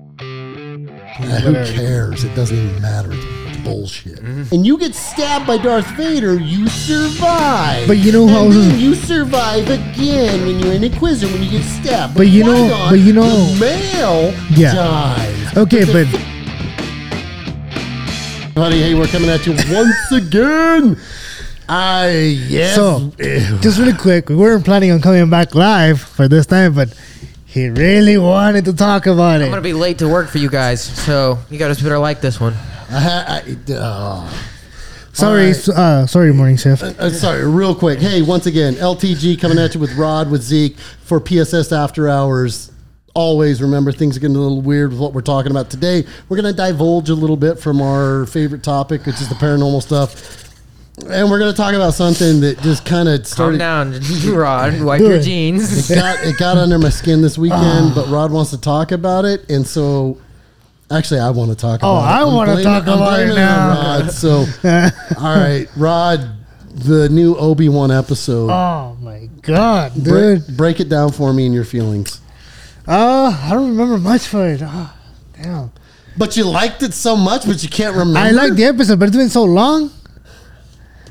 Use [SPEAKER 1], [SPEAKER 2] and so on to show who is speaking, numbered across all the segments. [SPEAKER 1] Yeah, who cares? Mm-hmm. It doesn't even matter. It's bullshit. And you get stabbed by Darth Vader, you survive.
[SPEAKER 2] But you know
[SPEAKER 1] and
[SPEAKER 2] how-
[SPEAKER 1] then you survive again when you're an Inquisitor when you get stabbed.
[SPEAKER 2] But you know-
[SPEAKER 1] Qui-Gon,
[SPEAKER 2] but you know-
[SPEAKER 1] the male
[SPEAKER 2] Yeah.
[SPEAKER 1] dies.
[SPEAKER 2] Okay, but
[SPEAKER 1] Buddy, hey, we're coming at you once again. I yes.
[SPEAKER 2] So-
[SPEAKER 1] Ew.
[SPEAKER 2] just really quick, we weren't planning on coming back live for this time, but he really wanted to talk about
[SPEAKER 3] I'm gonna
[SPEAKER 2] it.
[SPEAKER 3] be late to work for you guys, so you guys better like this one.
[SPEAKER 1] I, Uh-huh, I, oh.
[SPEAKER 2] Sorry,
[SPEAKER 1] Alright.
[SPEAKER 2] s- uh, sorry, morning shift.
[SPEAKER 1] Uh, sorry, real quick. Hey, once again, LTG coming at you with Rod, with Zeke for PSS After Hours. Always remember things are getting a little weird with what we're talking about today. We're going to divulge a little bit from our favorite topic, which is the paranormal stuff. And we're going to talk about something that just kind of
[SPEAKER 3] Calm
[SPEAKER 1] started.
[SPEAKER 3] down, Rod. Wipe
[SPEAKER 2] Do
[SPEAKER 3] your
[SPEAKER 2] it.
[SPEAKER 3] jeans.
[SPEAKER 1] It got, it got under my skin this weekend, but Rod wants to talk about it. And so, actually, I want to talk about
[SPEAKER 2] Oh,
[SPEAKER 1] it.
[SPEAKER 2] I
[SPEAKER 1] I'm
[SPEAKER 2] wanna
[SPEAKER 1] blaming-
[SPEAKER 2] talk
[SPEAKER 1] I'm
[SPEAKER 2] about it
[SPEAKER 1] blaming on
[SPEAKER 2] now.
[SPEAKER 1] Rod. So, all right, Rod, the new Obi Wan episode.
[SPEAKER 2] Oh my god,
[SPEAKER 1] Bre-
[SPEAKER 2] dude.
[SPEAKER 1] Break, it down for me and your feelings.
[SPEAKER 2] Uh, I don't remember much for it. Ah, damn.
[SPEAKER 1] But you liked it so much, but you can't remember.
[SPEAKER 2] I like the episode, but it's been so long.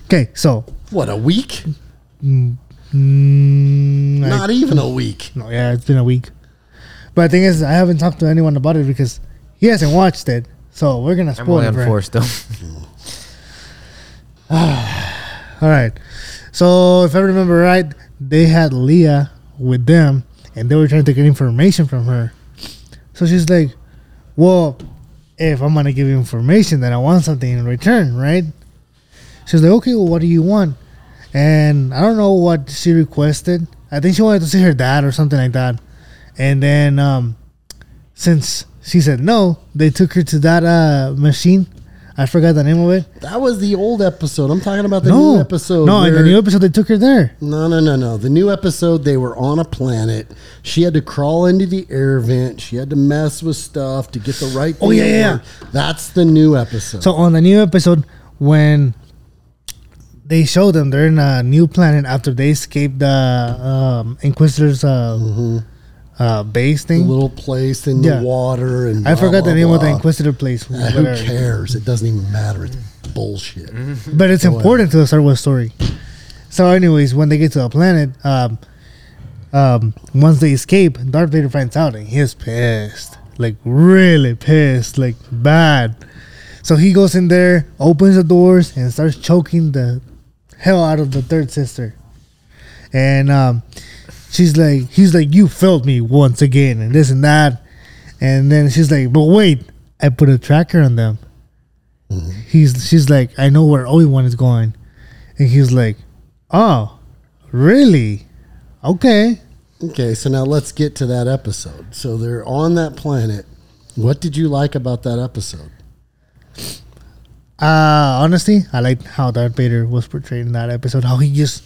[SPEAKER 2] Okay, so
[SPEAKER 1] what a week?
[SPEAKER 2] mm, I-
[SPEAKER 1] Not even a week.
[SPEAKER 2] no, yeah, it's been a week. But the thing is, I haven't talked to anyone about it because he hasn't watched it. So we're gonna
[SPEAKER 3] I'm
[SPEAKER 2] spoil
[SPEAKER 3] really
[SPEAKER 2] it.
[SPEAKER 3] on
[SPEAKER 2] for him.
[SPEAKER 3] four still.
[SPEAKER 2] All right. So if I remember right, they had Leah with them, and they were trying to get information from her. So she's like, "Well, if I'm gonna give you information, then I want something in return, right?" She's like, "Okay, well, what do you want?" And I don't know what she requested. I think she wanted to see her dad or something like that. And then, um, since she said no, they took her to that uh, machine. I forgot the name of it.
[SPEAKER 1] That was the old episode. I'm talking about the
[SPEAKER 2] no
[SPEAKER 1] new episode.
[SPEAKER 2] No, in the
[SPEAKER 1] where-
[SPEAKER 2] new episode, they took her there.
[SPEAKER 1] No, no, no, no. The new episode, they were on a planet. She had to crawl into the air vent. She had to mess with stuff to get the right.
[SPEAKER 2] Oh,
[SPEAKER 1] thing
[SPEAKER 2] yeah,
[SPEAKER 1] to
[SPEAKER 2] yeah.
[SPEAKER 1] work. That's the new episode.
[SPEAKER 2] So on the new episode, when they show them they're in a new planet after they escaped the um, Inquisitor's uh,
[SPEAKER 1] Mm-hmm.
[SPEAKER 2] uh, base
[SPEAKER 1] the
[SPEAKER 2] thing.
[SPEAKER 1] little place in
[SPEAKER 2] Yeah.
[SPEAKER 1] the water and
[SPEAKER 2] I
[SPEAKER 1] blah,
[SPEAKER 2] forgot
[SPEAKER 1] blah,
[SPEAKER 2] the name of the
[SPEAKER 1] blah.
[SPEAKER 2] Inquisitor place,
[SPEAKER 1] Uh,
[SPEAKER 2] whatever.
[SPEAKER 1] Who cares? It doesn't even matter. It's bullshit.
[SPEAKER 2] but it's important to the Star Wars story. So, anyways, when they get to the planet, um, um, once they escape, Darth Vader finds out and he's pissed, like really pissed, like bad. So he goes in there, opens the doors, and starts choking the hell out of the third sister. And um, she's like, he's like, you failed me once again, and this and that. And then she's like, but wait, I put a tracker on them. He's, she's like, I know where Obi Wan is going, and he's like, oh, really? Okay.
[SPEAKER 1] Okay, so now let's get to that episode. So they're on that planet. What did you like about that episode?
[SPEAKER 2] Uh, honestly, I liked how Darth Vader was portrayed in that episode. How he just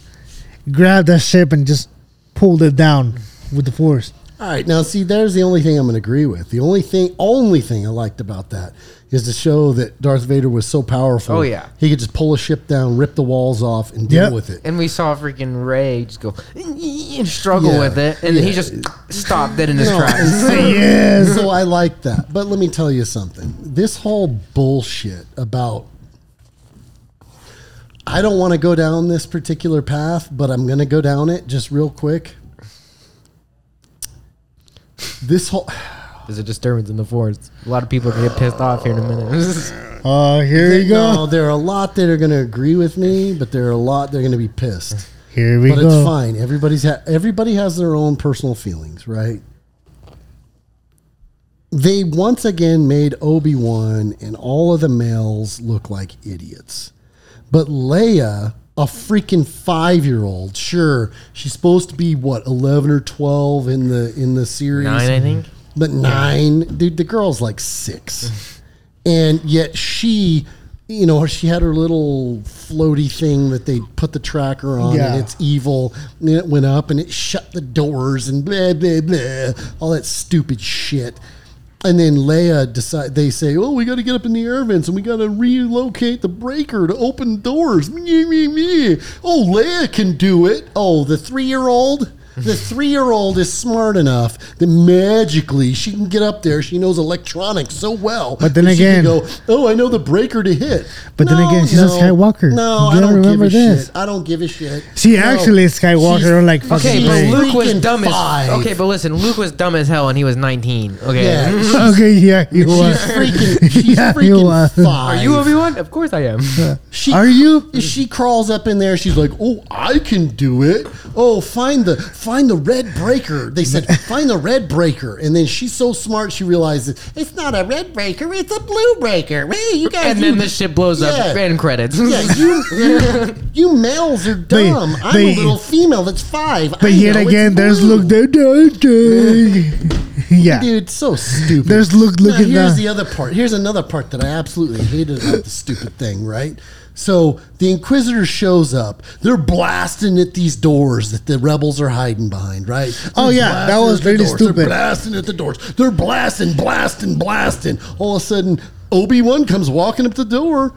[SPEAKER 2] grabbed that ship and just pulled it down with the force.
[SPEAKER 1] All right, now see, there's the only thing I'm going to agree with. The only thing, only thing I liked about that is to show that Darth Vader was so powerful.
[SPEAKER 3] Oh, yeah.
[SPEAKER 1] he could just pull a ship down, rip the walls off, and deal
[SPEAKER 2] Yep.
[SPEAKER 1] with it.
[SPEAKER 3] and we saw freaking Ray just go and struggle
[SPEAKER 1] Yeah,
[SPEAKER 3] with it, and he
[SPEAKER 1] yeah.
[SPEAKER 3] just stopped it in his
[SPEAKER 1] No.
[SPEAKER 3] tracks.
[SPEAKER 2] Yes.
[SPEAKER 1] So I like that. But let me tell you something. This whole bullshit about I don't want to go down this particular path, but I'm going to go down it just real quick. This whole
[SPEAKER 3] There's a disturbance in the forest. A lot of people are gonna get pissed off here in a minute.
[SPEAKER 2] Oh, here we go.
[SPEAKER 1] No, there are a lot that are going to agree with me, but there are a lot that are going to be pissed.
[SPEAKER 2] Here we
[SPEAKER 1] but
[SPEAKER 2] go.
[SPEAKER 1] it's fine. Everybody's ha- everybody has their own personal feelings, right? They once again made Obi Wan and all of the males look like idiots, but Leia, a freaking five year old, sure she's supposed to be what eleven or twelve in the in the series,
[SPEAKER 3] Nine, eh? I think.
[SPEAKER 1] but nine, dude, the girl's like six. and yet she, you know, she had her little floaty thing that they put the tracker on
[SPEAKER 2] Yeah.
[SPEAKER 1] and it's evil. And it went up and it shut the doors and blah, blah, blah, all that stupid shit. And then Leia decide they say, "Oh, we got to get up in the air vents and we got to relocate the breaker to open doors." Meh, meh, meh. Oh, Leia can do it. Oh, the three-year-old The three year old is smart enough that magically she can get up there. She knows electronics so well.
[SPEAKER 2] But then
[SPEAKER 1] that she can go,
[SPEAKER 2] again-
[SPEAKER 1] oh, I know the breaker to hit.
[SPEAKER 2] But then again, she's a Skywalker.
[SPEAKER 1] No,
[SPEAKER 2] You
[SPEAKER 1] I
[SPEAKER 2] gotta
[SPEAKER 1] don't
[SPEAKER 2] remember
[SPEAKER 1] give a
[SPEAKER 2] this.
[SPEAKER 1] shit. I don't give a shit.
[SPEAKER 2] She
[SPEAKER 1] No.
[SPEAKER 2] actually is Skywalker,
[SPEAKER 1] She's-
[SPEAKER 2] I'm like, fucking
[SPEAKER 1] she's
[SPEAKER 2] Okay,
[SPEAKER 3] Okay,
[SPEAKER 2] but
[SPEAKER 3] but Luke was
[SPEAKER 1] freaking
[SPEAKER 3] dumb
[SPEAKER 1] five.
[SPEAKER 3] as. Okay, but listen, Luke was dumb as hell, and he was 19. Okay.
[SPEAKER 1] Yeah.
[SPEAKER 2] okay, yeah, you
[SPEAKER 1] She's
[SPEAKER 2] was.
[SPEAKER 1] freaking, she's
[SPEAKER 2] Yeah, you are.
[SPEAKER 1] freaking
[SPEAKER 3] Are
[SPEAKER 1] five.
[SPEAKER 3] you Obi Wan? Of course I am.
[SPEAKER 1] She,
[SPEAKER 2] Are you?
[SPEAKER 1] She crawls up in there. She's like, "Oh, I can do it. Oh, find the find the red breaker." They said, "Find the red breaker," and then she's so smart she realizes it's not a red breaker; it's a blue breaker. Hey, you guys,
[SPEAKER 3] and
[SPEAKER 1] you,
[SPEAKER 3] then the shit blows up.
[SPEAKER 1] Yeah.
[SPEAKER 3] End credits.
[SPEAKER 1] yeah, you, you you males are
[SPEAKER 2] But-
[SPEAKER 1] dumb. I'm
[SPEAKER 2] but-
[SPEAKER 1] a little female that's five.
[SPEAKER 2] But yet again, there's Luke.
[SPEAKER 1] look,
[SPEAKER 2] Da, da, da. yeah,
[SPEAKER 1] dude, so stupid.
[SPEAKER 2] there's Luke
[SPEAKER 1] Now,
[SPEAKER 2] looking
[SPEAKER 1] here's
[SPEAKER 2] down.
[SPEAKER 1] the other part. Here's another part that I absolutely hated about the stupid thing, right? So the Inquisitor shows up. They're blasting at these doors that the rebels are hiding behind, right?
[SPEAKER 2] Oh,
[SPEAKER 1] They're
[SPEAKER 2] yeah,
[SPEAKER 1] blasting
[SPEAKER 2] that was
[SPEAKER 1] at the
[SPEAKER 2] really
[SPEAKER 1] doors.
[SPEAKER 2] stupid.
[SPEAKER 1] They're blasting at the doors. They're blasting, blasting, blasting. All of a sudden, Obi Wan comes walking up the door.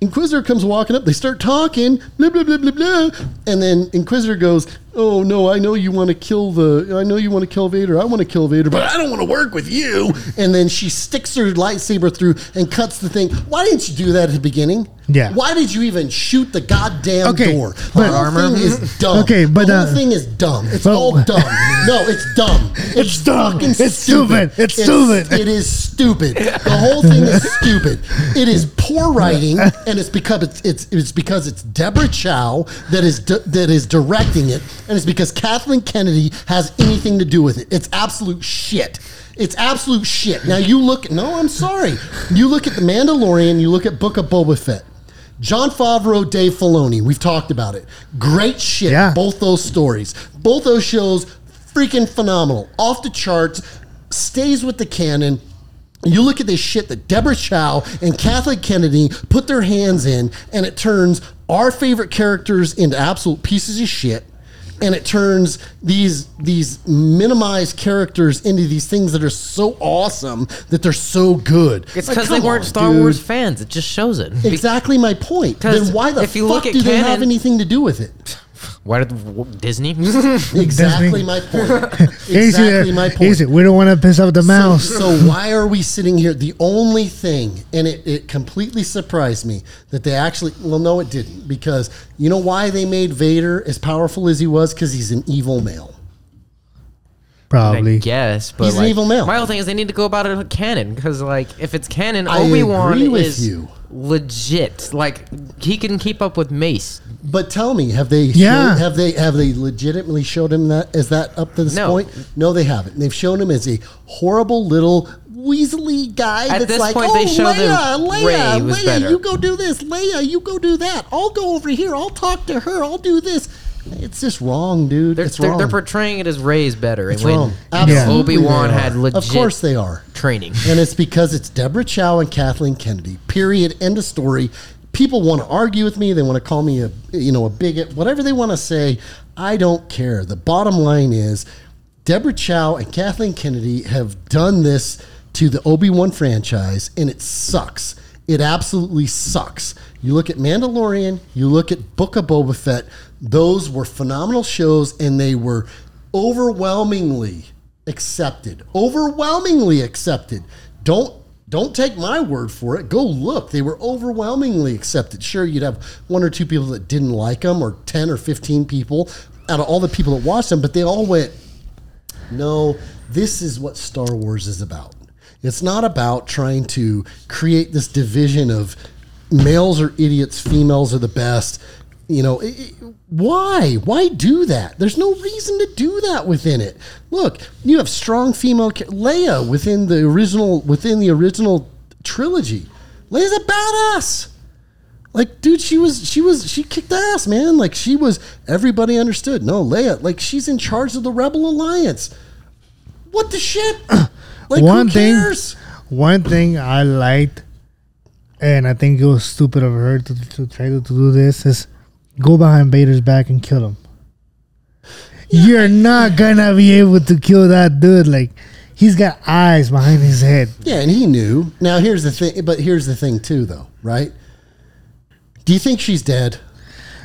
[SPEAKER 1] Inquisitor comes walking up. They start talking, blah blah blah blah blah, and then Inquisitor goes, "Oh no, I know you want to kill the, I know you want to kill Vader. I want to kill Vader, but I don't want to work with you." And then she sticks her lightsaber through and cuts the thing. Why didn't you do that at the beginning?
[SPEAKER 2] Yeah.
[SPEAKER 1] Why did you even shoot the goddamn
[SPEAKER 2] Okay,
[SPEAKER 1] door?
[SPEAKER 2] but-
[SPEAKER 1] the whole thing is dumb.
[SPEAKER 2] Okay, but,
[SPEAKER 1] the whole
[SPEAKER 2] uh,
[SPEAKER 1] thing is dumb. It's
[SPEAKER 2] but-
[SPEAKER 1] all dumb. No, it's dumb. It's,
[SPEAKER 2] dumb.
[SPEAKER 1] fucking
[SPEAKER 2] It's stupid. It's stupid.
[SPEAKER 1] It is stupid. The whole thing is stupid. It is poor writing, and it's because it's it's, it's because it's Deborah Chow that is di- that is directing it, and it's because Kathleen Kennedy has anything to do with it. It's absolute shit. It's absolute shit. Now you look. No, I'm sorry. You look at the Mandalorian. You look at Book of Boba Fett. John Favreau, Dave Filoni. We've talked about it. Great shit.
[SPEAKER 2] Yeah.
[SPEAKER 1] Both those stories. Both those shows, freaking phenomenal. Off the charts, stays with the canon. You look at this shit that Deborah Chow and Kathleen Kennedy put their hands in, and it turns our favorite characters into absolute pieces of shit. And it turns these these minimized characters into these things that are so awesome that they're so good.
[SPEAKER 3] It's
[SPEAKER 1] Like,
[SPEAKER 3] because
[SPEAKER 1] come
[SPEAKER 3] they weren't
[SPEAKER 1] on,
[SPEAKER 3] Star
[SPEAKER 1] dude.
[SPEAKER 3] Wars fans. It just shows it. Be-
[SPEAKER 1] Exactly my point.
[SPEAKER 3] 'Cause
[SPEAKER 1] Then why the
[SPEAKER 3] if you
[SPEAKER 1] fuck
[SPEAKER 3] look at
[SPEAKER 1] do they have
[SPEAKER 3] canon-
[SPEAKER 1] anything to do with it?
[SPEAKER 3] Why did w- Disney?
[SPEAKER 1] Exactly
[SPEAKER 2] Disney.
[SPEAKER 1] my point.
[SPEAKER 2] Easy there.
[SPEAKER 1] Exactly my point.
[SPEAKER 2] Easy. We don't want to piss off the mouse.
[SPEAKER 1] So, so why are we sitting here? The only thing, and it, it completely surprised me that they actually. Well, no, it didn't, because you know why they made Vader as powerful as he was? Because he's an evil male.
[SPEAKER 2] Probably.
[SPEAKER 3] I guess, but
[SPEAKER 1] He's an
[SPEAKER 3] like,
[SPEAKER 1] evil male.
[SPEAKER 3] My whole thing is they need to go about it with canon because, like, if it's canon,
[SPEAKER 1] I
[SPEAKER 3] Obi Wan
[SPEAKER 1] agree with
[SPEAKER 3] is
[SPEAKER 1] you.
[SPEAKER 3] legit. Like, he can keep up with Mace.
[SPEAKER 1] But tell me, have they? showed-
[SPEAKER 2] Yeah.
[SPEAKER 1] have they? Have they legitimately showed him that? Is that up to this
[SPEAKER 3] No.
[SPEAKER 1] point? No, they haven't. They've shown him as a horrible little weaselly guy.
[SPEAKER 3] At
[SPEAKER 1] that's
[SPEAKER 3] this
[SPEAKER 1] like,
[SPEAKER 3] point,
[SPEAKER 1] oh,
[SPEAKER 3] they show
[SPEAKER 1] Leia,
[SPEAKER 3] them
[SPEAKER 1] Leia,
[SPEAKER 3] Rey was
[SPEAKER 1] Leia,
[SPEAKER 3] better."
[SPEAKER 1] you go do this. Leia, you go do that. I'll go over here. I'll talk to her. I'll do this. It's just wrong, dude.
[SPEAKER 3] They're,
[SPEAKER 1] it's
[SPEAKER 3] they're,
[SPEAKER 1] wrong.
[SPEAKER 3] they're portraying it as Ray's better.
[SPEAKER 1] It's wrong. Uh, Absolutely
[SPEAKER 3] Obi Wan
[SPEAKER 1] they are.
[SPEAKER 3] had legit
[SPEAKER 1] Of course they are.
[SPEAKER 3] training.
[SPEAKER 1] And it's because it's Deborah Chow and Kathleen Kennedy. Period. End of story. People want to argue with me. They want to call me a you know a bigot. Whatever they want to say, I don't care. The bottom line is, Deborah Chow and Kathleen Kennedy have done this to the Obi Wan franchise, and it sucks. It absolutely sucks. You look at Mandalorian. You look at Book of Boba Fett. Those were phenomenal shows, and they were overwhelmingly accepted overwhelmingly accepted don't don't take my word for it go look they were overwhelmingly accepted sure you'd have one or two people that didn't like them or 10 or 15 people out of all the people that watched them but they all went no, this is what Star Wars is about. It's not about trying to create this division of males are idiots, females are the best. You know, i i- why? Why do that? There's no reason to do that within it. Look, you have strong female ca- Leia within the original within the original trilogy. Leia's a badass like dude she was she was she kicked ass man like she was everybody understood no leia like she's in charge of the rebel alliance what the shit like
[SPEAKER 2] one
[SPEAKER 1] who
[SPEAKER 2] thing,
[SPEAKER 1] cares
[SPEAKER 2] one thing I liked, and I think it was stupid of her to, to try to, do this is go behind Vader's back and kill him. You're not gonna be able to kill that dude. Like he's got eyes behind his head.
[SPEAKER 1] yeah and he knew now here's the thing but here's the thing too though right do you think she's dead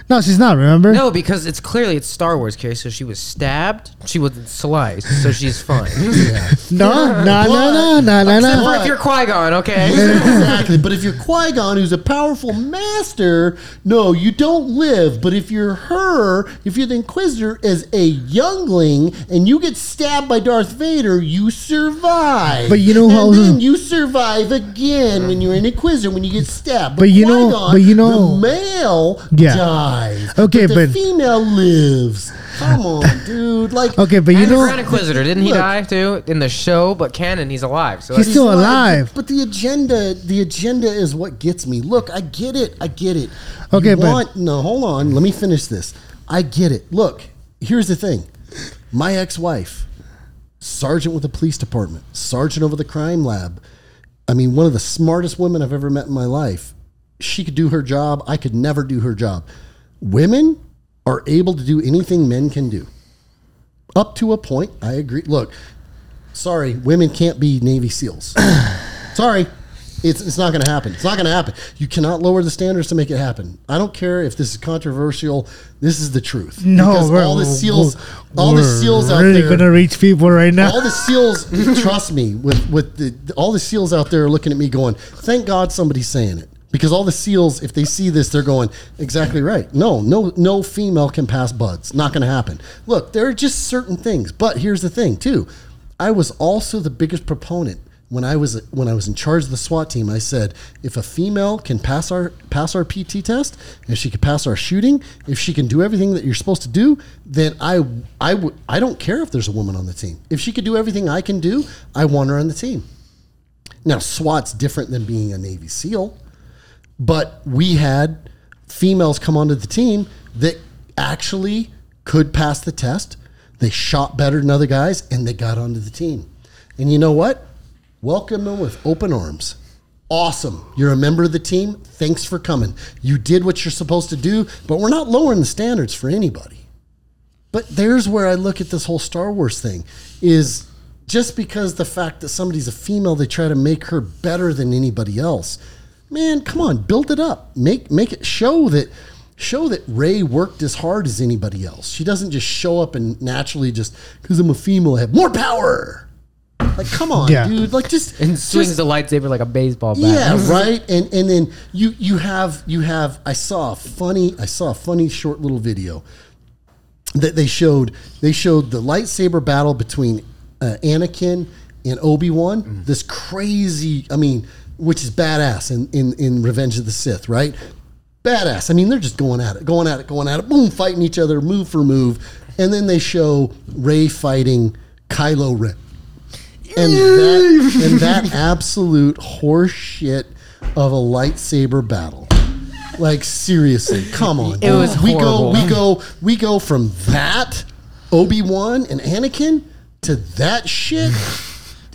[SPEAKER 2] No, she's not. Remember?
[SPEAKER 3] No, because it's clearly it's Star Wars, Carrie. So she was stabbed. She was sliced. So she's fine.
[SPEAKER 2] no, no, no, no, no, no,
[SPEAKER 3] Except
[SPEAKER 2] no.
[SPEAKER 3] for if you're Qui Gon, okay.
[SPEAKER 1] exactly. But if you're Qui Gon, who's a powerful master, no, you don't live. But if you're her, if you're the Inquisitor as a youngling and you get stabbed by Darth Vader, you survive.
[SPEAKER 2] But you know how-
[SPEAKER 1] and then you survive again when you're an Inquisitor when you get stabbed.
[SPEAKER 2] But you know-
[SPEAKER 1] Qui-Gon,
[SPEAKER 2] but you know-
[SPEAKER 1] the male
[SPEAKER 2] Yeah.
[SPEAKER 1] dies.
[SPEAKER 2] Okay,
[SPEAKER 1] the
[SPEAKER 2] but-
[SPEAKER 1] female lives. Come on, dude. Like
[SPEAKER 2] Okay, but you
[SPEAKER 3] and the Grand
[SPEAKER 2] know,
[SPEAKER 3] Inquisitor didn't he
[SPEAKER 1] Look.
[SPEAKER 3] die too in the show? But canon, he's alive. So
[SPEAKER 2] He's
[SPEAKER 3] that's-
[SPEAKER 2] still
[SPEAKER 1] Well,
[SPEAKER 2] alive.
[SPEAKER 1] But, but the agenda, the agenda is what gets me. Look, I get it. I get it.
[SPEAKER 2] Okay,
[SPEAKER 1] You
[SPEAKER 2] but-
[SPEAKER 1] want- no, hold on. Let me finish this. I get it. Look, here's the thing. My ex-wife, sergeant with the police department, sergeant over the crime lab. I mean, one of the smartest women I've ever met in my life. She could do her job. I could never do her job. Women are able to do anything men can do. Up to a point, I agree. Look, sorry, women can't be Navy SEALs. sorry. It's, it's not going to happen. It's not going to happen. You cannot lower the standards to make it happen. I don't care if this is controversial. This is the truth.
[SPEAKER 2] no,
[SPEAKER 1] because
[SPEAKER 2] we're-
[SPEAKER 1] all the
[SPEAKER 2] we're-
[SPEAKER 1] seals, all the
[SPEAKER 2] we're
[SPEAKER 1] seals out
[SPEAKER 2] really
[SPEAKER 1] there,
[SPEAKER 2] gonna reach people right now.
[SPEAKER 1] all the seals. trust me, with with the all the seals out there are looking at me, going, "Thank God somebody's saying it." Because all the seals, if they see this, they're going exactly right. No, no, no female can pass buds. Not going to happen. Look, there are just certain things. But here's the thing, too. I was also the biggest proponent when I was when I was in charge of the SWAT team. I said, if a female can pass our pass our PT test, if she can pass our shooting, if she can do everything that you're supposed to do, then I I would I don't care if there's a woman on the team. If she could do everything I can do, I want her on the team. Now SWAT's different than being a Navy SEAL, but we had females come onto the team that actually could pass the test. They shot better than other guys, and they got onto the team. And you know what? Welcome them with open arms. Awesome. You're a member of the team. Thanks for coming. You did what you're supposed to do, but we're not lowering the standards for anybody. But there's where I look at this whole Star Wars thing is just because the fact that somebody's a female, they try to make her better than anybody else. Man, come on, build it up. Make make it show that show that Ray worked as hard as anybody else. She doesn't just show up and naturally just because I'm a female, I have more power. Like, come on,
[SPEAKER 2] Yeah.
[SPEAKER 1] dude. Like, just
[SPEAKER 3] and
[SPEAKER 1] just-
[SPEAKER 3] swings the lightsaber like a baseball bat.
[SPEAKER 1] yeah, right. And and then you you have you have I saw a funny I saw a funny short little video that they showed they showed the lightsaber battle between uh, Anakin and Obi Wan. This crazy, I mean, which is badass in, in in Revenge of the Sith, right? Badass. I mean, they're just going at it, going at it, going at it. Boom, fighting each other, move for move, and then they show Ray fighting Kylo Ren. And that, and that absolute horseshit of a lightsaber battle. Like seriously, come on.
[SPEAKER 3] It was
[SPEAKER 1] we
[SPEAKER 3] horrible.
[SPEAKER 1] go we go we go from that Obi Wan and Anakin to that shit,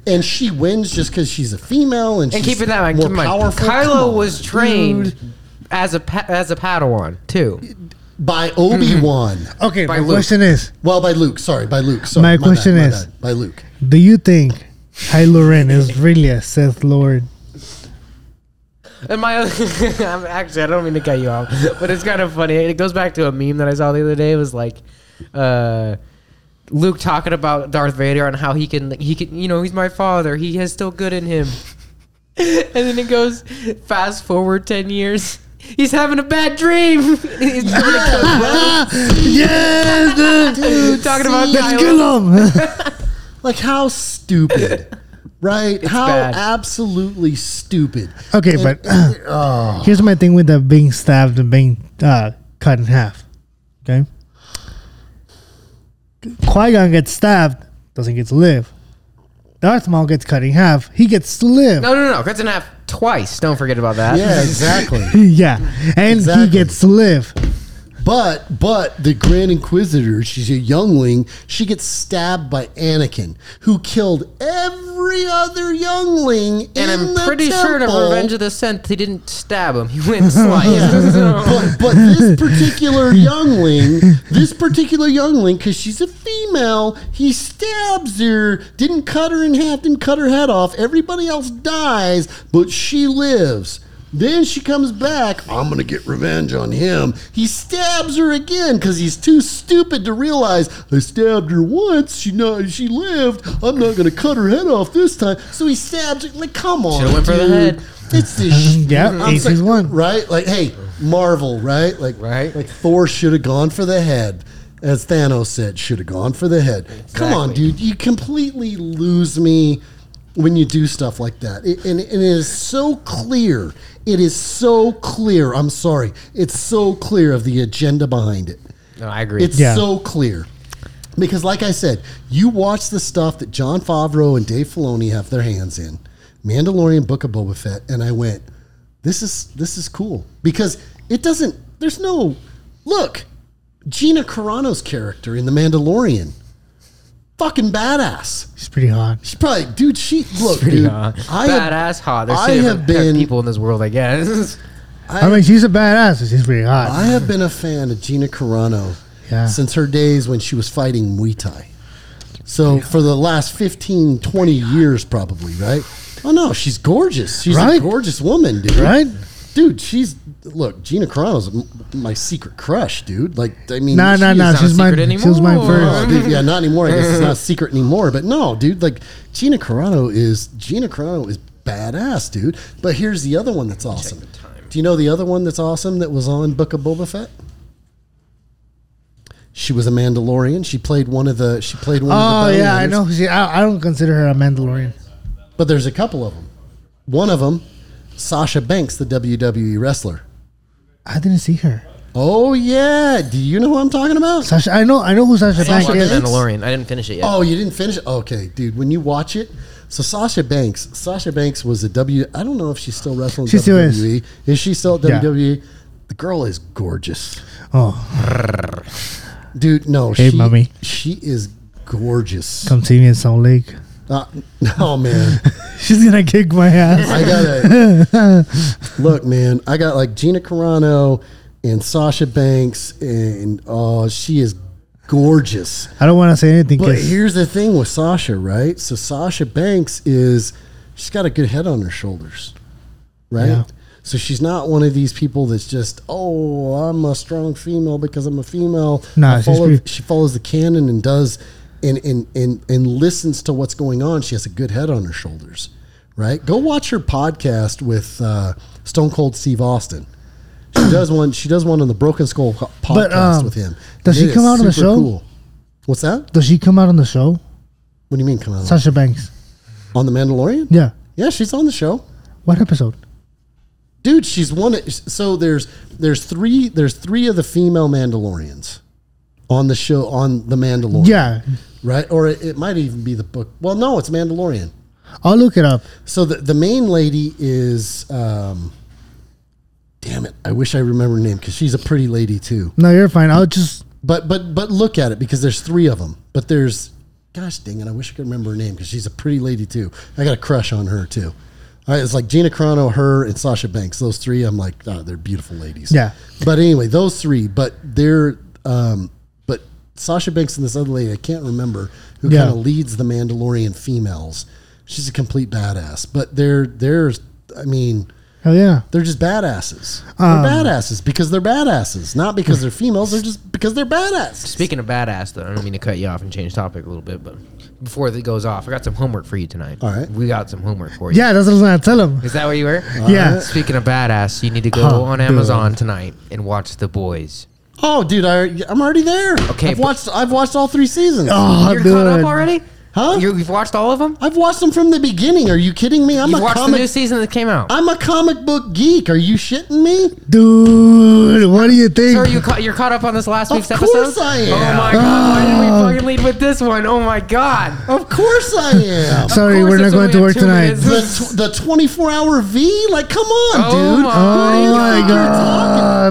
[SPEAKER 1] and she wins just because she's a female and,
[SPEAKER 3] And
[SPEAKER 1] she's
[SPEAKER 3] keep it that mind.
[SPEAKER 1] more
[SPEAKER 3] Keep in mind,
[SPEAKER 1] powerful. Come
[SPEAKER 3] Kylo
[SPEAKER 1] on,
[SPEAKER 3] was trained
[SPEAKER 1] dude.
[SPEAKER 3] as a pa- as a Padawan too.
[SPEAKER 1] by Obi Wan.
[SPEAKER 2] okay,
[SPEAKER 3] by
[SPEAKER 2] my
[SPEAKER 3] Luke.
[SPEAKER 2] question is,
[SPEAKER 1] Well, by Luke. Sorry, by Luke. Sorry.
[SPEAKER 2] My
[SPEAKER 1] bad,
[SPEAKER 2] question
[SPEAKER 1] my
[SPEAKER 2] is-
[SPEAKER 1] bad. by Luke.
[SPEAKER 2] do you think Kylo Ren is really a Sith Lord?
[SPEAKER 3] And my other, I'm actually, I don't mean to cut you off, but it's kind of funny. It goes back to a meme that I saw the other day. It was like, uh, Luke talking about Darth Vader and how he can, he can, you know, he's my father. He has still good in him. and then it goes fast forward ten years. He's having a bad dream. he's going to kill
[SPEAKER 1] Ah!
[SPEAKER 3] Rose.
[SPEAKER 2] yes, dude.
[SPEAKER 3] talking about
[SPEAKER 1] see?
[SPEAKER 2] Let's
[SPEAKER 3] Kylo.
[SPEAKER 2] kill him.
[SPEAKER 1] Like how stupid, right? how
[SPEAKER 3] bad.
[SPEAKER 1] absolutely stupid.
[SPEAKER 2] okay, but uh, here's my thing with the being stabbed and being uh, cut in half. Okay, Qui Gon gets stabbed, doesn't get to live. Darth Maul gets cut in half, he gets to live.
[SPEAKER 3] No, no, no. Cuts in half twice. Don't forget about that.
[SPEAKER 1] Yeah, exactly.
[SPEAKER 2] yeah, and
[SPEAKER 1] Exactly.
[SPEAKER 2] he gets to live.
[SPEAKER 1] But but the Grand Inquisitor, she's a youngling. She gets stabbed by Anakin, who killed every other youngling.
[SPEAKER 3] And
[SPEAKER 1] in
[SPEAKER 3] I'm
[SPEAKER 1] the
[SPEAKER 3] pretty sure to
[SPEAKER 1] temple.
[SPEAKER 3] Revenge of the Sith, he didn't stab him. He went slice.
[SPEAKER 1] but, but this particular youngling, this particular youngling, because she's a female, he stabs her, didn't cut her in half, didn't cut her head off. Everybody else dies, but she lives. Then she comes back. I'm going to get revenge on him. He stabs her again because he's too stupid to realize I stabbed her once. She not, she lived. I'm not going to cut her head off this time. So he stabs her. Like, come on.
[SPEAKER 3] Should've went for the
[SPEAKER 1] dude.
[SPEAKER 3] head.
[SPEAKER 1] It's this sh-
[SPEAKER 2] Yeah,
[SPEAKER 1] I'm
[SPEAKER 2] aces
[SPEAKER 1] like,
[SPEAKER 2] won.
[SPEAKER 1] Right? Like, hey, Marvel, right? Like,
[SPEAKER 3] Right.
[SPEAKER 1] like Thor should have gone for the head. As Thanos said, should have gone for the head. Come on,
[SPEAKER 3] Exactly.
[SPEAKER 1] dude. You completely lose me when you do stuff like that. It, and, and it is so clear. It is so clear. I'm sorry. It's so clear of the agenda behind it.
[SPEAKER 3] No, I agree.
[SPEAKER 1] It's
[SPEAKER 2] Yeah.
[SPEAKER 1] so clear. Because, like I said, you watch the stuff that John Favreau and Dave Filoni have their hands in Mandalorian, Book of Boba Fett, and I went, this is this is cool because it doesn't. There's no look. Gina Carano's character in The Mandalorian, fucking badass.
[SPEAKER 2] It's pretty hot.
[SPEAKER 1] She's probably, dude. She look,
[SPEAKER 3] pretty
[SPEAKER 1] dude.
[SPEAKER 3] hot.
[SPEAKER 1] I have-
[SPEAKER 3] badass hot. There's
[SPEAKER 1] I
[SPEAKER 3] two
[SPEAKER 1] have
[SPEAKER 3] different kind of
[SPEAKER 1] been-
[SPEAKER 3] people in this world, I guess.
[SPEAKER 2] I, mean, she's a badass. but She's pretty hot.
[SPEAKER 1] I have been a fan of Gina Carano
[SPEAKER 2] Yeah.
[SPEAKER 1] since her days when she was fighting Muay Thai. So for the last 15, 20 years, probably, right? Oh, no, she's gorgeous. She's a
[SPEAKER 2] Right.
[SPEAKER 1] gorgeous woman, dude.
[SPEAKER 2] Right?
[SPEAKER 1] Dude, she's, look, Gina Carano's m- my secret crush, dude. Like, I mean,
[SPEAKER 2] Nah,
[SPEAKER 1] she
[SPEAKER 2] nah,
[SPEAKER 1] is-
[SPEAKER 2] nah.
[SPEAKER 3] not
[SPEAKER 2] She's
[SPEAKER 3] a
[SPEAKER 2] mine.
[SPEAKER 3] secret
[SPEAKER 2] She was mine
[SPEAKER 1] Oh,
[SPEAKER 3] anymore.
[SPEAKER 2] first.
[SPEAKER 1] dude, yeah, not anymore. I guess it's not a secret anymore. But no, dude, like Gina Carano is Gina Carano is badass, dude. But here's the other one that's awesome. Do you know the other one that's awesome that was on Book of Boba Fett? She was a Mandalorian. She played one of the. She played one.
[SPEAKER 2] Oh
[SPEAKER 1] of the bounty
[SPEAKER 2] yeah, I
[SPEAKER 1] hunters.
[SPEAKER 2] know. She, I, I don't consider her a Mandalorian.
[SPEAKER 1] But there's a couple of them. One of them, Sasha Banks, the WWE wrestler.
[SPEAKER 2] I didn't see her.
[SPEAKER 1] Oh yeah, do you know who I'm talking about?
[SPEAKER 2] Sasha, I know, I know who Sasha Banks
[SPEAKER 1] Sasha
[SPEAKER 2] is.
[SPEAKER 1] Banks?
[SPEAKER 3] Mandalorian. I didn't finish it yet.
[SPEAKER 1] Oh, you didn't finish? Okay, dude. When you watch it, so Sasha Banks, Sasha Banks was a W. I don't know if she's still wrestling
[SPEAKER 2] She still
[SPEAKER 1] WWE.
[SPEAKER 2] is.
[SPEAKER 1] is. she still at
[SPEAKER 2] Yeah.
[SPEAKER 1] WWE? The girl is gorgeous,
[SPEAKER 2] Oh,
[SPEAKER 1] dude. No,
[SPEAKER 2] Hey,
[SPEAKER 1] she,
[SPEAKER 2] mommy.
[SPEAKER 1] she is gorgeous.
[SPEAKER 2] come see me in Salt Lake.
[SPEAKER 1] Uh, oh man,
[SPEAKER 2] She's gonna kick my ass.
[SPEAKER 1] I gotta look, man. I got like Gina Carano and Sasha Banks, and oh, she is gorgeous.
[SPEAKER 2] I don't want to say anything.
[SPEAKER 1] But
[SPEAKER 2] 'cause-
[SPEAKER 1] here's the thing with Sasha, right? So Sasha Banks is she's got a good head on her shoulders, right?
[SPEAKER 2] Yeah.
[SPEAKER 1] So she's not one of these people that's just oh I'm a strong female because I'm a female. I
[SPEAKER 2] Nah, she's
[SPEAKER 1] follow-
[SPEAKER 2] pretty-
[SPEAKER 1] she follows the canon and does and and and and listens to what's going on. She has a good head on her shoulders, right? Go watch her podcast with uh, Stone Cold Steve Austin. She does one. She does one on the Broken Skull co- podcast
[SPEAKER 2] But, um,
[SPEAKER 1] with him.
[SPEAKER 2] does she
[SPEAKER 1] is
[SPEAKER 2] come out on the
[SPEAKER 1] super
[SPEAKER 2] show?
[SPEAKER 1] What's that?
[SPEAKER 2] Does she come out on the show?
[SPEAKER 1] What do you mean come out?
[SPEAKER 2] Sasha Banks.
[SPEAKER 1] On the Mandalorian?
[SPEAKER 2] Yeah.
[SPEAKER 1] Yeah, she's on the show.
[SPEAKER 2] What episode?
[SPEAKER 1] Dude, she's one of- so there's there's three there's three of the female Mandalorians on the show on the Mandalorian.
[SPEAKER 2] Yeah,
[SPEAKER 1] Right? Or it, it might even be the book. Well, no, it's Mandalorian.
[SPEAKER 2] I'll look it up.
[SPEAKER 1] So the, the main lady is um damn it, I wish I remember her name because she's a pretty lady too.
[SPEAKER 2] No, you're fine. I'll just.
[SPEAKER 1] But but but look at it because there's three of them. But there's, gosh dang it, I wish I could remember her name because she's a pretty lady too. I got a crush on her too. All right, it's like Gina Carano, her, and Sasha Banks. Those three, I'm like, oh, they're beautiful ladies.
[SPEAKER 2] Yeah.
[SPEAKER 1] But anyway, those three. But they're, um, but Sasha Banks and this other lady, I can't remember who
[SPEAKER 2] Yeah.
[SPEAKER 1] kind of leads the Mandalorian females. She's a complete badass. But they're they're, I mean.
[SPEAKER 2] Hell yeah.
[SPEAKER 1] They're just badasses.
[SPEAKER 2] Um,
[SPEAKER 1] they're badasses because they're badasses, not because they're females. They're just because they're badasses.
[SPEAKER 3] Speaking of badass, though, I don't mean to cut you off and change topic a little bit, but before that goes off, I got some homework for you tonight.
[SPEAKER 1] All right.
[SPEAKER 3] We got some homework for you.
[SPEAKER 2] Yeah, that's what I was gonna tell him.
[SPEAKER 3] Is that where you were?
[SPEAKER 2] Yeah.
[SPEAKER 3] Speaking of badass, you need to go
[SPEAKER 2] Huh,
[SPEAKER 3] on
[SPEAKER 2] dude.
[SPEAKER 3] Amazon tonight and watch The Boys.
[SPEAKER 1] Oh, dude, I, I'm already there.
[SPEAKER 3] Okay,
[SPEAKER 1] I've
[SPEAKER 3] but-
[SPEAKER 1] watched. I've watched all three seasons.
[SPEAKER 2] Oh,
[SPEAKER 3] You're
[SPEAKER 2] dude.
[SPEAKER 3] caught up already?
[SPEAKER 1] Huh?
[SPEAKER 3] You, you've watched all of them?
[SPEAKER 1] I've watched them from the beginning. Are you kidding me? I'm
[SPEAKER 3] You've
[SPEAKER 1] a
[SPEAKER 3] watched the new
[SPEAKER 1] comic.
[SPEAKER 3] season that came out.
[SPEAKER 1] I'm a comic book geek. Are you shitting me?
[SPEAKER 2] Dude, what do you think?
[SPEAKER 3] So are you ca- you're caught up on this last
[SPEAKER 1] Of
[SPEAKER 3] week's
[SPEAKER 1] course
[SPEAKER 3] episode?
[SPEAKER 1] I am.
[SPEAKER 3] Oh my
[SPEAKER 2] Ah.
[SPEAKER 3] god! Why did we fucking lead with this one? Oh my god!
[SPEAKER 1] Of course I am.
[SPEAKER 2] Sorry,
[SPEAKER 3] course
[SPEAKER 2] we're not
[SPEAKER 3] it's
[SPEAKER 2] going
[SPEAKER 3] only
[SPEAKER 2] to
[SPEAKER 3] a
[SPEAKER 2] work
[SPEAKER 3] two
[SPEAKER 2] tonight.
[SPEAKER 3] minutes.
[SPEAKER 1] the, tw- the 24 hour V? Like, come on,
[SPEAKER 3] Oh
[SPEAKER 1] dude.
[SPEAKER 3] my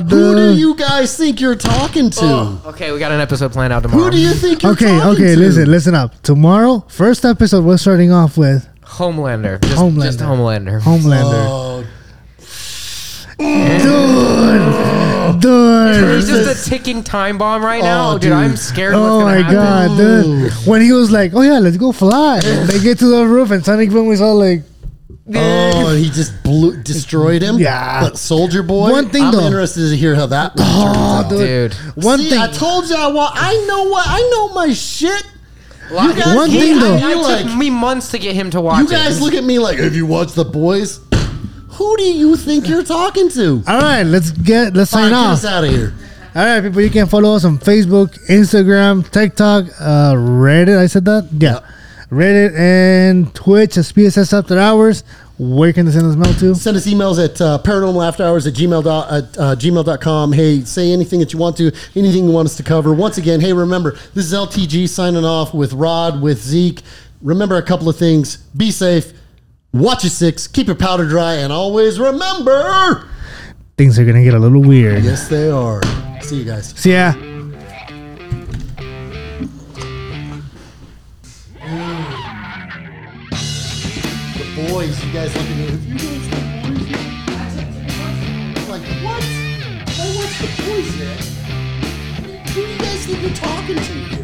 [SPEAKER 1] Who do you
[SPEAKER 2] God.
[SPEAKER 1] think you're talking- Who do you guys think you're talking
[SPEAKER 2] dude.
[SPEAKER 1] to?
[SPEAKER 3] Oh. Okay, we got an episode planned out tomorrow.
[SPEAKER 1] Who do you
[SPEAKER 3] Oh.
[SPEAKER 1] think you're
[SPEAKER 2] Okay,
[SPEAKER 1] talking
[SPEAKER 2] okay,
[SPEAKER 1] to?
[SPEAKER 2] listen, listen up. Tomorrow, first episode, we're starting off with
[SPEAKER 3] Homelander. Just,
[SPEAKER 2] Homelander.
[SPEAKER 3] Just Homelander.
[SPEAKER 2] Homelander.
[SPEAKER 1] Oh,
[SPEAKER 2] Dude.
[SPEAKER 3] He's just a ticking time bomb right now,
[SPEAKER 1] Oh,
[SPEAKER 3] dude. I'm
[SPEAKER 1] dude.
[SPEAKER 3] scared.
[SPEAKER 2] Oh
[SPEAKER 3] what's
[SPEAKER 2] my
[SPEAKER 3] gonna happen.
[SPEAKER 2] god, dude. When he was like, oh yeah, let's go fly. they get to the roof and Sonic Boom was all like,
[SPEAKER 1] Oh, and he just blew, destroyed him.
[SPEAKER 2] Yeah.
[SPEAKER 1] but Soldier Boy.
[SPEAKER 2] One thing,
[SPEAKER 1] I'm
[SPEAKER 2] though. Oh,
[SPEAKER 1] interested to hear how that. one turns out.
[SPEAKER 3] dude.
[SPEAKER 2] One
[SPEAKER 1] See,
[SPEAKER 2] thing.
[SPEAKER 1] I told you I wa- I know what I know my shit.
[SPEAKER 3] Lock-
[SPEAKER 1] guys
[SPEAKER 2] One thing,
[SPEAKER 3] I-
[SPEAKER 2] though.
[SPEAKER 3] I-
[SPEAKER 1] You
[SPEAKER 3] it took
[SPEAKER 1] like-
[SPEAKER 3] me months to get him to watch
[SPEAKER 1] You guys
[SPEAKER 3] it.
[SPEAKER 1] look at me like, have you watched The Boys? Who do you think you're talking to?
[SPEAKER 2] All right, let's get let's
[SPEAKER 1] Fine,
[SPEAKER 2] sign
[SPEAKER 1] get
[SPEAKER 2] off.
[SPEAKER 1] us out of here.
[SPEAKER 2] All right, people, you can follow us on Facebook, Instagram, TikTok, uh, Reddit. I said that, yeah, Reddit and Twitch as PSS After Hours. Where can they send us mail to?
[SPEAKER 1] Send us emails at uh, paranormalafterhours at, gmail dot, at uh, gmail.com. Hey, say anything that you want to, anything you want us to cover. Once again, hey, remember, this is LTG signing off with Rod, with Zeke. Remember a couple of things. Be safe. Watch your six. Keep your powder dry. And always remember.
[SPEAKER 2] Things are gonna get a little weird.
[SPEAKER 1] Yes, they are. See you guys.
[SPEAKER 2] See ya.
[SPEAKER 1] The boys, you guys look at me. Have you watched the boys yet? I'm like, what? I watched the boys yet. Who do you guys think you're talking to?